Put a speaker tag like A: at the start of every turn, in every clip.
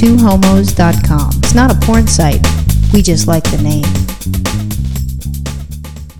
A: twohomos.com. It's not a porn site. We just like the name.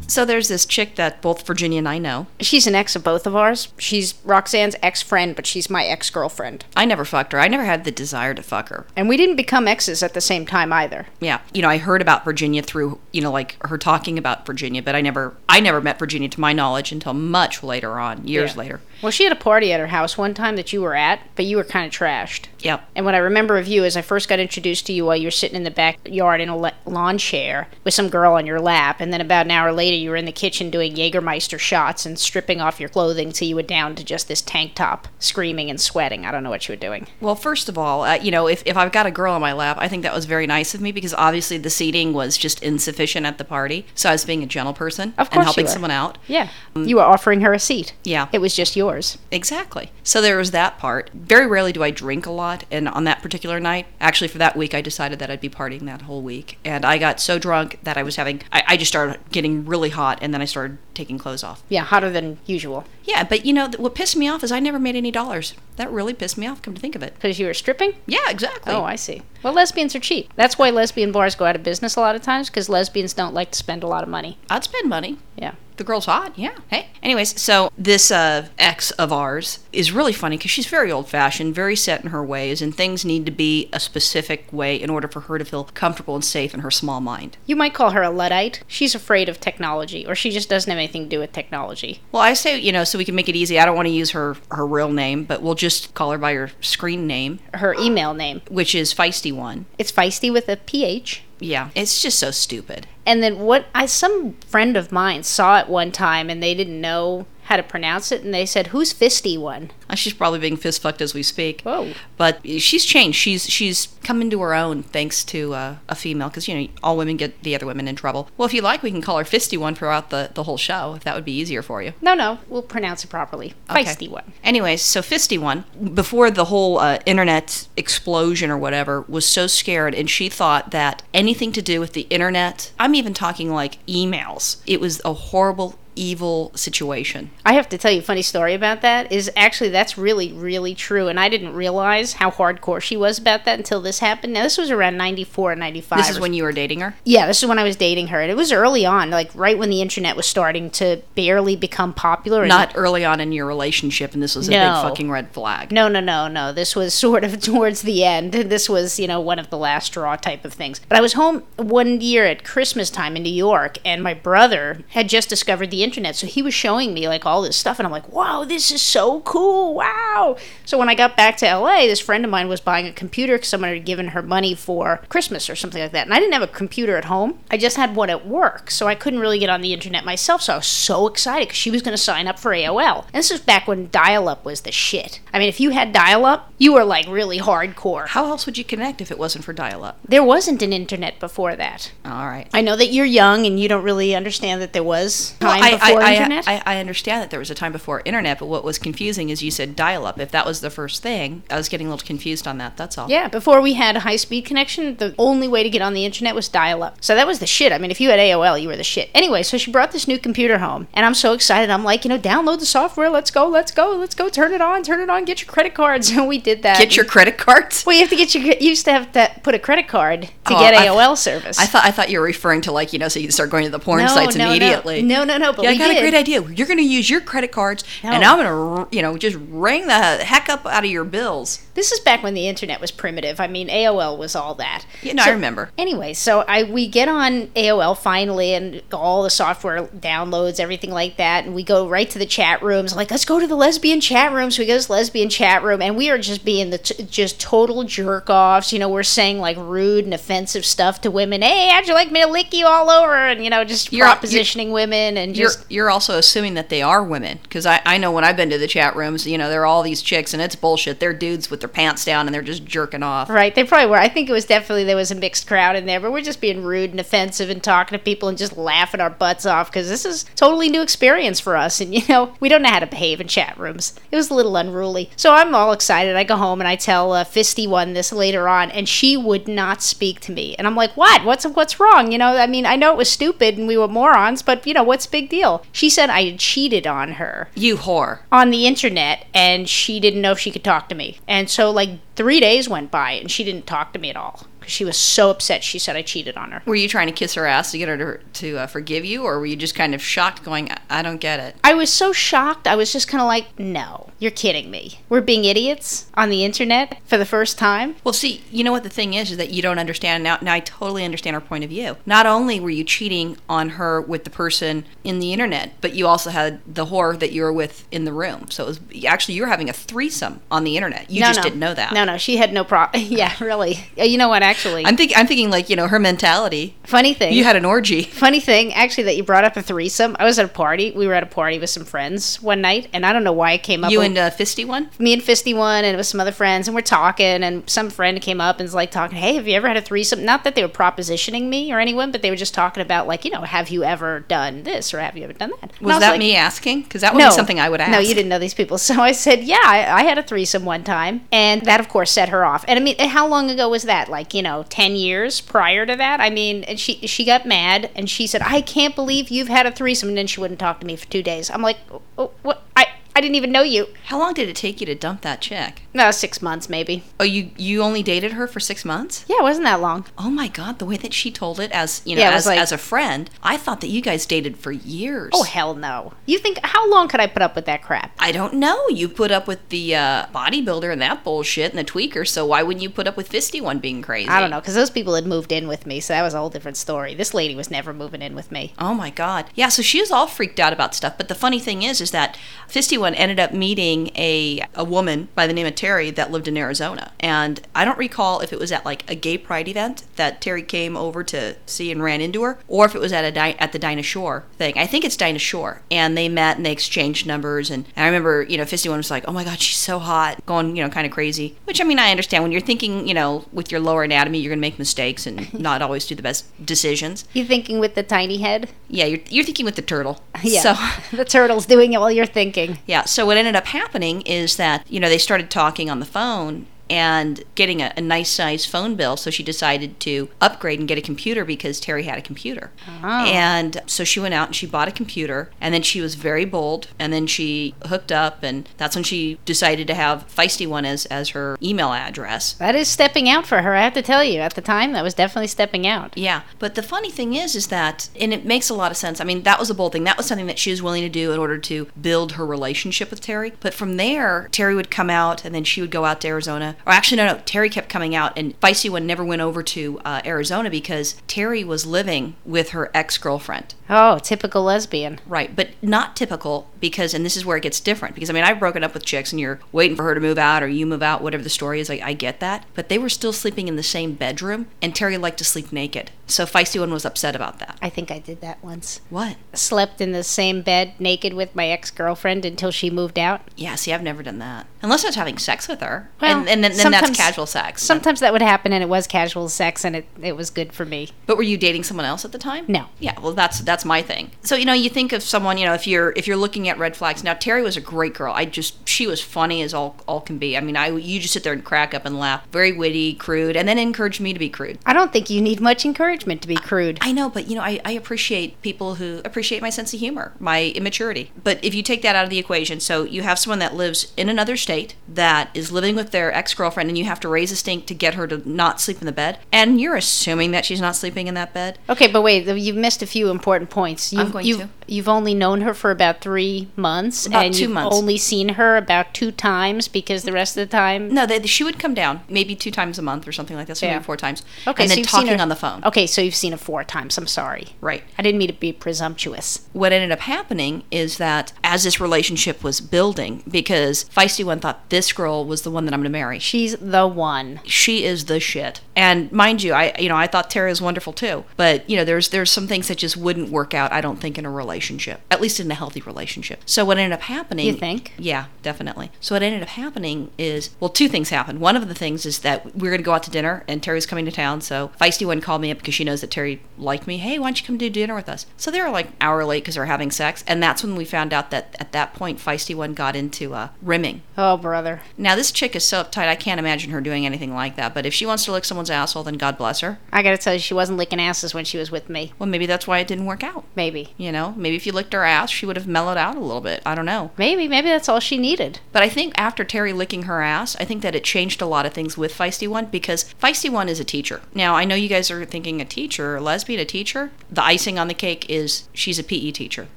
B: So there's this chick that both Virginia and I know.
C: She's an ex of both of ours. She's Roxanne's ex friend, but she's my ex girlfriend.
B: I never fucked her. I never had the desire to fuck her.
C: And we didn't become exes at the same time either.
B: Yeah. You know, I heard about Virginia through, you know, like her talking about Virginia, but I never I never met Virginia to my knowledge until much later on, years
C: Yeah.
B: later.
C: Well, she had a party at her house one time that you were at, but you were kind of trashed.
B: Yep.
C: And what I remember of you is I first got introduced to you while you were sitting in the backyard in a le- lawn chair with some girl on your lap. And then about an hour later, you were in the kitchen doing Jägermeister shots and stripping off your clothing till you were down to just this tank top, screaming and sweating. I don't know what you were doing.
B: Well, first of all, uh, you know, if, if I've got a girl on my lap, I think that was very nice of me because obviously the seating was just insufficient at the party. So I was being a gentle person
C: Of
B: and
C: course you
B: helping
C: were.
B: someone out.
C: Yeah. You were offering her a seat.
B: Yeah.
C: It was just yours.
B: Exactly. So there was that part. Very rarely do I drink a lot. And on that particular night, actually for that week, I decided that I'd be partying that whole week. And I got so drunk that I was having, I, I just started getting really hot and then I started taking clothes off.
C: Yeah, hotter than usual.
B: Yeah, but you know, th- what pissed me off is I never made any dollars. That really pissed me off, come to think of it.
C: Because you were stripping?
B: Yeah, exactly.
C: Oh, I see. Well, lesbians are cheap. That's why lesbian bars go out of business a lot of times because lesbians don't like to spend a lot of money.
B: I'd spend money.
C: Yeah.
B: The girl's hot, yeah. Hey. Anyways, so this uh, ex of ours is really funny because she's very old fashioned, very set in her ways, and things need to be a specific way in order for her to feel comfortable and safe in her small mind.
C: You might call her a Luddite. She's afraid of technology, or she just doesn't have anything to do with technology.
B: Well, I say, you know, so we can make it easy. I don't want to use her her real name, but we'll just call her by her screen name,
C: Her email name.
B: which is Feisty One.
C: It's feisty with a PH.
B: Yeah, it's just so stupid.
C: And then what I some friend of mine saw it one time and they didn't know how to pronounce it and they said, Who's fisty one?
B: Uh, She's probably being fist fucked as we speak.
C: Whoa.
B: But she's changed. She's she's come into her own thanks to uh, a female because you know all women get the other women in trouble. Well, if you like, we can call her Fisty One throughout the the whole show if that would be easier for you.
C: No, no, we'll pronounce it properly.
B: Okay.
C: Feisty one.
B: Anyways, so Fisty One before the whole uh, internet explosion or whatever was so scared, and she thought that anything to do with the internet. I'm even talking like emails. It was a horrible. Evil situation.
C: I have to tell you a funny story about that is actually that's really really true and I didn't realize how hardcore she was about that until this happened. Now this was around 94 95.
B: This
C: or
B: is when you were dating her.
C: Yeah, this is when I was dating her, and it was early on, like right when the internet was starting to barely become popular. and-
B: Not early on in your relationship, and this was a
C: No.
B: big fucking red flag.
C: No, no, no, no. This was sort of towards the end. This was, you know, one of the last straw type of things. But I was home one year at Christmas time in New York, and my brother had just discovered the internet. So he was showing me like all this stuff, and I'm like, wow, this is so cool. Wow. So when I got back to LA, this friend of mine was buying a computer because someone had given her money for Christmas or something like that. And I didn't have a computer at home, I just had one at work. So I couldn't really get on the internet myself. So I was so excited because she was going to sign up for AOL. And this was back when dial up was the shit. I mean, if you had dial up, you were like really hardcore.
B: How else would you connect if it wasn't for dial up?
C: There wasn't an internet before that.
B: Oh, All right.
C: I know that you're young and you don't really understand that there was time
B: I,
C: before
B: I,
C: internet.
B: I, I understand that there was a time before internet, but what was confusing is you said dial up. If that was the first thing, I was getting a little confused on that. That's all.
C: Yeah, before we had a high speed connection, the only way to get on the internet was dial up. So that was the shit. I mean, if you had AOL, you were the shit. Anyway, so she brought this new computer home, and I'm so excited. I'm like, you know, download the software. Let's go, let's go, let's go. Turn it on, turn it on. Get your credit cards. And we did that.
B: Get your credit cards.
C: Well, you have to get your. You used to have to put a credit card to
B: Oh,
C: get
B: I-
C: AOL service.
B: I thought I thought you were referring to like you know, so you can start going to the porn sites immediately.
C: No, no, no. But
B: Yeah, I
C: we
B: got
C: did.
B: a great idea. You're going to use your credit cards, and
C: No.
B: I'm going to, you know, just ring the heck up out of your bills.
C: This is back when the internet was primitive. I mean, AOL was all that.
B: Yeah, no, I
C: So-
B: remember.
C: Anyway, so I we get on AOL finally, and all the software downloads, everything like that, and we go right to the chat rooms. Like, let's go to the lesbian chat room. So we go to the lesbian chat room, and we are just being the t- just total jerk offs. You know, we're saying like rude and offensive stuff to women. Hey, how'd you like me to lick you all over? And you know, just
B: You're-
C: propositioning women and
B: You're,
C: just
B: you're also assuming that they are women because I, I know when I've been to the chat rooms, you know, there are all these chicks and it's bullshit. They're dudes with their pants down and they're just jerking off.
C: Right, they probably were. I think it was definitely there was a mixed crowd in there, but we're just being rude and offensive and talking to people and just laughing our butts off because this is totally new experience for us, and you know we don't know how to behave in chat rooms. It was a little unruly, so I'm all excited. I go home and I tell uh, Fisty one this later on, and she would not speak to to me. And I'm like, what? What's what's wrong? You know, I mean, I know it was stupid and we were morons, but you know, what's the big deal? She said I had cheated on her
B: You whore.
C: on the internet and she didn't know if she could talk to me. And so like three days went by and she didn't talk to me at all because she was so upset. She said I cheated on her.
B: Were you trying to kiss her ass to get her to, to uh, forgive you, or were you just kind of shocked, going, "I- "I don't get it"?
C: I was so shocked. I was just kind of like, no, you're kidding me. We're being idiots on the internet for the first time.
B: Well, see, you know what the thing is, is that you don't understand. Now, now I totally understand her point of view. Not only were you cheating on her with the person in the internet, but you also had the whore that you were with in the room. So it was actually you were having a threesome on the internet. You just didn't know that.
C: No, no, she had no problem. yeah, really. Uh, You know what? Actually,
B: I'm thinking, I'm thinking like you know her mentality.
C: funny thing.
B: You had an orgy.
C: Funny thing, actually, that you brought up a threesome. I was at a party. We were at a party with some friends one night, and I don't know why it came up.
B: You
C: but
B: and uh, Fisty one.
C: me and Fisty one, and it was some other friends, and we're talking, and some friend came up and was like talking. Hey, have you ever had a threesome? Not that they were propositioning me or anyone, but they were just talking about like you know, have you ever done this or have you ever done that? And I
B: Was that
C: like,
B: me asking? Because that would be something I would ask.
C: No, you didn't know these people. So I said, yeah, I, I had a threesome one time. And that, of course, set her off. And I mean, and how long ago was that? Like, you know, 10 years prior to that? I mean, and she, she got mad and she said, I can't believe you've had a threesome. And then she wouldn't talk to me for two days. I'm like, oh, what? I, I didn't even know you.
B: How long did it take you to dump that chick?
C: No, six months maybe.
B: Oh, you you only dated her for six months?
C: Yeah, it wasn't that long.
B: Oh my God, the way that she told it as you know,
C: Yeah, it was
B: as,
C: like-
B: as a friend, I thought that you guys dated for years.
C: Oh, hell no. You think, how long could I put up with that crap?
B: I don't know. You put up with the uh, bodybuilder and that bullshit and the tweaker, so why wouldn't you put up with Fisty one being crazy?
C: I don't know, because those people had moved in with me, so that was a whole different story. This lady was never moving in with me.
B: Oh my god. Yeah, so she was all freaked out about stuff. But the funny thing is is that Fisty One ended up meeting a a woman by the name of Terry that lived in Arizona. And I don't recall if it was at like a gay pride event that Terry came over to see and ran into her, or if it was at a di- at the Dinah Shore thing. I think it's Dinah Shore. And they met and they exchanged numbers and, and I remember, you know, Fisty One was like, Oh my god, she's so hot, going, you know, kinda crazy. Which I mean I understand when you're thinking, you know, with your lower anatomy you're gonna make mistakes and not always do the best decisions.
C: You thinking with the tiny head?
B: Yeah, you're, you're thinking with the turtle.
C: Yeah.
B: So,
C: the turtle's doing it while you're thinking.
B: yeah. So what ended up happening is that you know they started talking on the phone and getting a, a nice size phone bill. So she decided to upgrade and get a computer because Terry had a computer.
C: Oh.
B: And so she went out and she bought a computer. And then she was very bold. And then she hooked up. And that's when she decided to have Feisty One as as her email address.
C: That is stepping out for her, I have to tell you. At the time, that was definitely stepping out.
B: Yeah, but the funny thing is, is that, and it makes a lot of sense. I mean, that was a bold thing. That was something that she was willing to do in order to build her relationship with Terry. But from there, Terry would come out, and then she would go out to Arizona. Or actually, no, no, Terry kept coming out, and Feisty one never went over to uh, Arizona because Terry was living with her ex girlfriend.
C: Oh, typical lesbian.
B: Right, but not typical because, and this is where it gets different because I mean, I've broken up with chicks and you're waiting for her to move out or you move out, whatever the story is. I, I get that. But they were still sleeping in the same bedroom and Terry liked to sleep naked. So Feisty One was upset about that.
C: I think I did that once.
B: What?
C: Slept in the same bed naked with my ex girlfriend until she moved out.
B: Yeah, see, I've never done that. Unless I was having sex with her.
C: Well,
B: and, and then, then that's
C: sometimes-
B: casual sex.
C: Sometimes that would happen, and it was casual sex, and it, it was good for me.
B: But were you dating someone else at the time?
C: No.
B: Yeah, well that's that's my thing. So, you know, you think of someone, you know, if you're if you're looking at red flags. Now Terry was a great girl. I just she was funny as all all can be. I mean, I you just sit there and crack up and laugh. Very witty, crude, and then encouraged me to be crude.
C: I don't think you need much encouragement to be crude.
B: I know, but you know, I, I appreciate people who appreciate my sense of humor, my immaturity. But if you take that out of the equation, so you have someone that lives in another state that is living with their ex girlfriend, and you have to raise a stink to get her to not sleep in the bed, and you're assuming that she's not sleeping in that bed.
C: Okay, but wait, you've missed a few important points. You've,
B: going
C: you've,
B: to.
C: You've only known her for about three months,
B: About
C: and
B: two
C: you've
B: months.
C: only seen her about two times because the rest of the time
B: No, they, she would come down maybe two times a month or something like that, so
C: Yeah.
B: maybe four times.
C: Okay,
B: and
C: so
B: then
C: you've seen
B: talking
C: her- Oh.
B: on the phone.
C: Okay, so you've seen it four times. I'm sorry.
B: Right.
C: I didn't mean to be presumptuous.
B: what ended up happening is that as this relationship was building, because Feisty One thought this girl was the one that I'm going to marry.
C: She's the one.
B: she is the shit. And mind you, I you know I thought Tara was wonderful too, but you know there's there's some things that just wouldn't work out. I don't think in a relationship, at least in a healthy relationship. So what ended up happening?
C: You think?
B: Yeah, definitely. So what ended up happening is well, two things happened. One of the things is that we are gonna go out to dinner, and Terry's coming to town. So Feisty One called me up because she knows that Terry liked me. Hey, why don't you come do dinner with us? So they were like an hour late because they're having sex, and that's when we found out that at that point Feisty One got into uh, rimming.
C: Oh, brother.
B: Now, this chick is so uptight, I can't imagine her doing anything like that. But if she wants to lick someone's someone's asshole, then God bless her.
C: I gotta tell you, she wasn't licking asses when she was with me.
B: Well, maybe that's why it didn't work out.
C: Maybe.
B: You know, maybe if you licked her ass, she would have mellowed out a little bit. I don't know.
C: Maybe, maybe that's all she needed.
B: But I think after Terry licking her ass, I think that it changed a lot of things with Feisty One because Feisty One is a teacher. Now, I know you guys are thinking a teacher, a lesbian, a teacher. The icing on the cake is she's a PE teacher.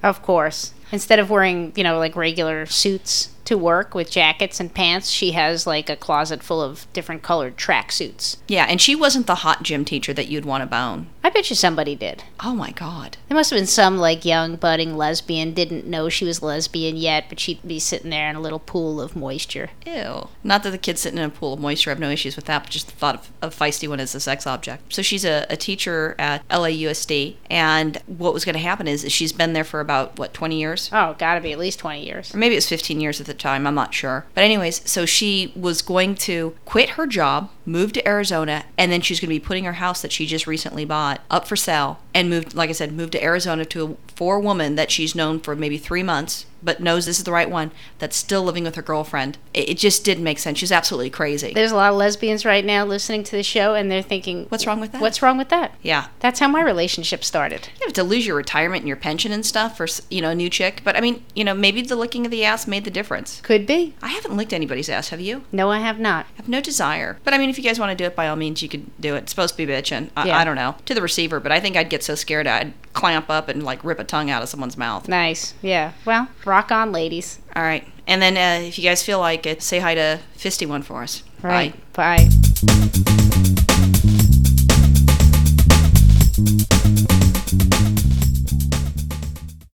C: Of course. Instead of wearing, you know, like regular suits to work with jackets and pants, she has like a closet full of different colored tracksuits.
B: Yeah, and she wasn't the hot gym teacher that you'd want to bone.
C: I bet you somebody did.
B: Oh my God.
C: There must have been some like young budding lesbian didn't know she was lesbian yet, but she'd be sitting there in a little pool of moisture.
B: Ew. Not that the kid's sitting in a pool of moisture. I have no issues with that, but just the thought of, of Feisty One as a sex object. So she's a, a teacher at LAUSD, and what was going to happen is, is she's been there for about, what, 20 years?
C: Oh, gotta be at least 20 years.
B: or maybe it was 15 years at the time, I'm not sure. But, anyways, so she was going to quit her job, move to Arizona, and then she's going to be putting her house that she just recently bought up for sale and moved, like I said, moved to Arizona to a for a woman that she's known for maybe three months, but knows this is the right one that's still living with her girlfriend. It, it just didn't make sense. She's absolutely crazy.
C: There's a lot of lesbians right now listening to the show and they're thinking,
B: What's wrong with that?
C: What's wrong with that?
B: yeah.
C: That's how my relationship started.
B: You have to lose your retirement and your pension and stuff for, s- you know, a new chick. But I mean, you know, maybe the licking of the ass made the difference.
C: Could be.
B: I haven't licked anybody's ass, have you?
C: No, I have not.
B: have no desire. But I mean, if you guys want to do it, by all means, you could do it. It's supposed to be bitching. I,
C: Yeah.
B: I don't know to the receiver, but I think I'd get so scared I'd clamp up and like rip a tongue out of someone's mouth.
C: Nice. Yeah. Well, rock on, ladies.
B: All right, and then uh, if you guys feel like it, say hi to Fisty One for us. Bye.
C: Right. Bye.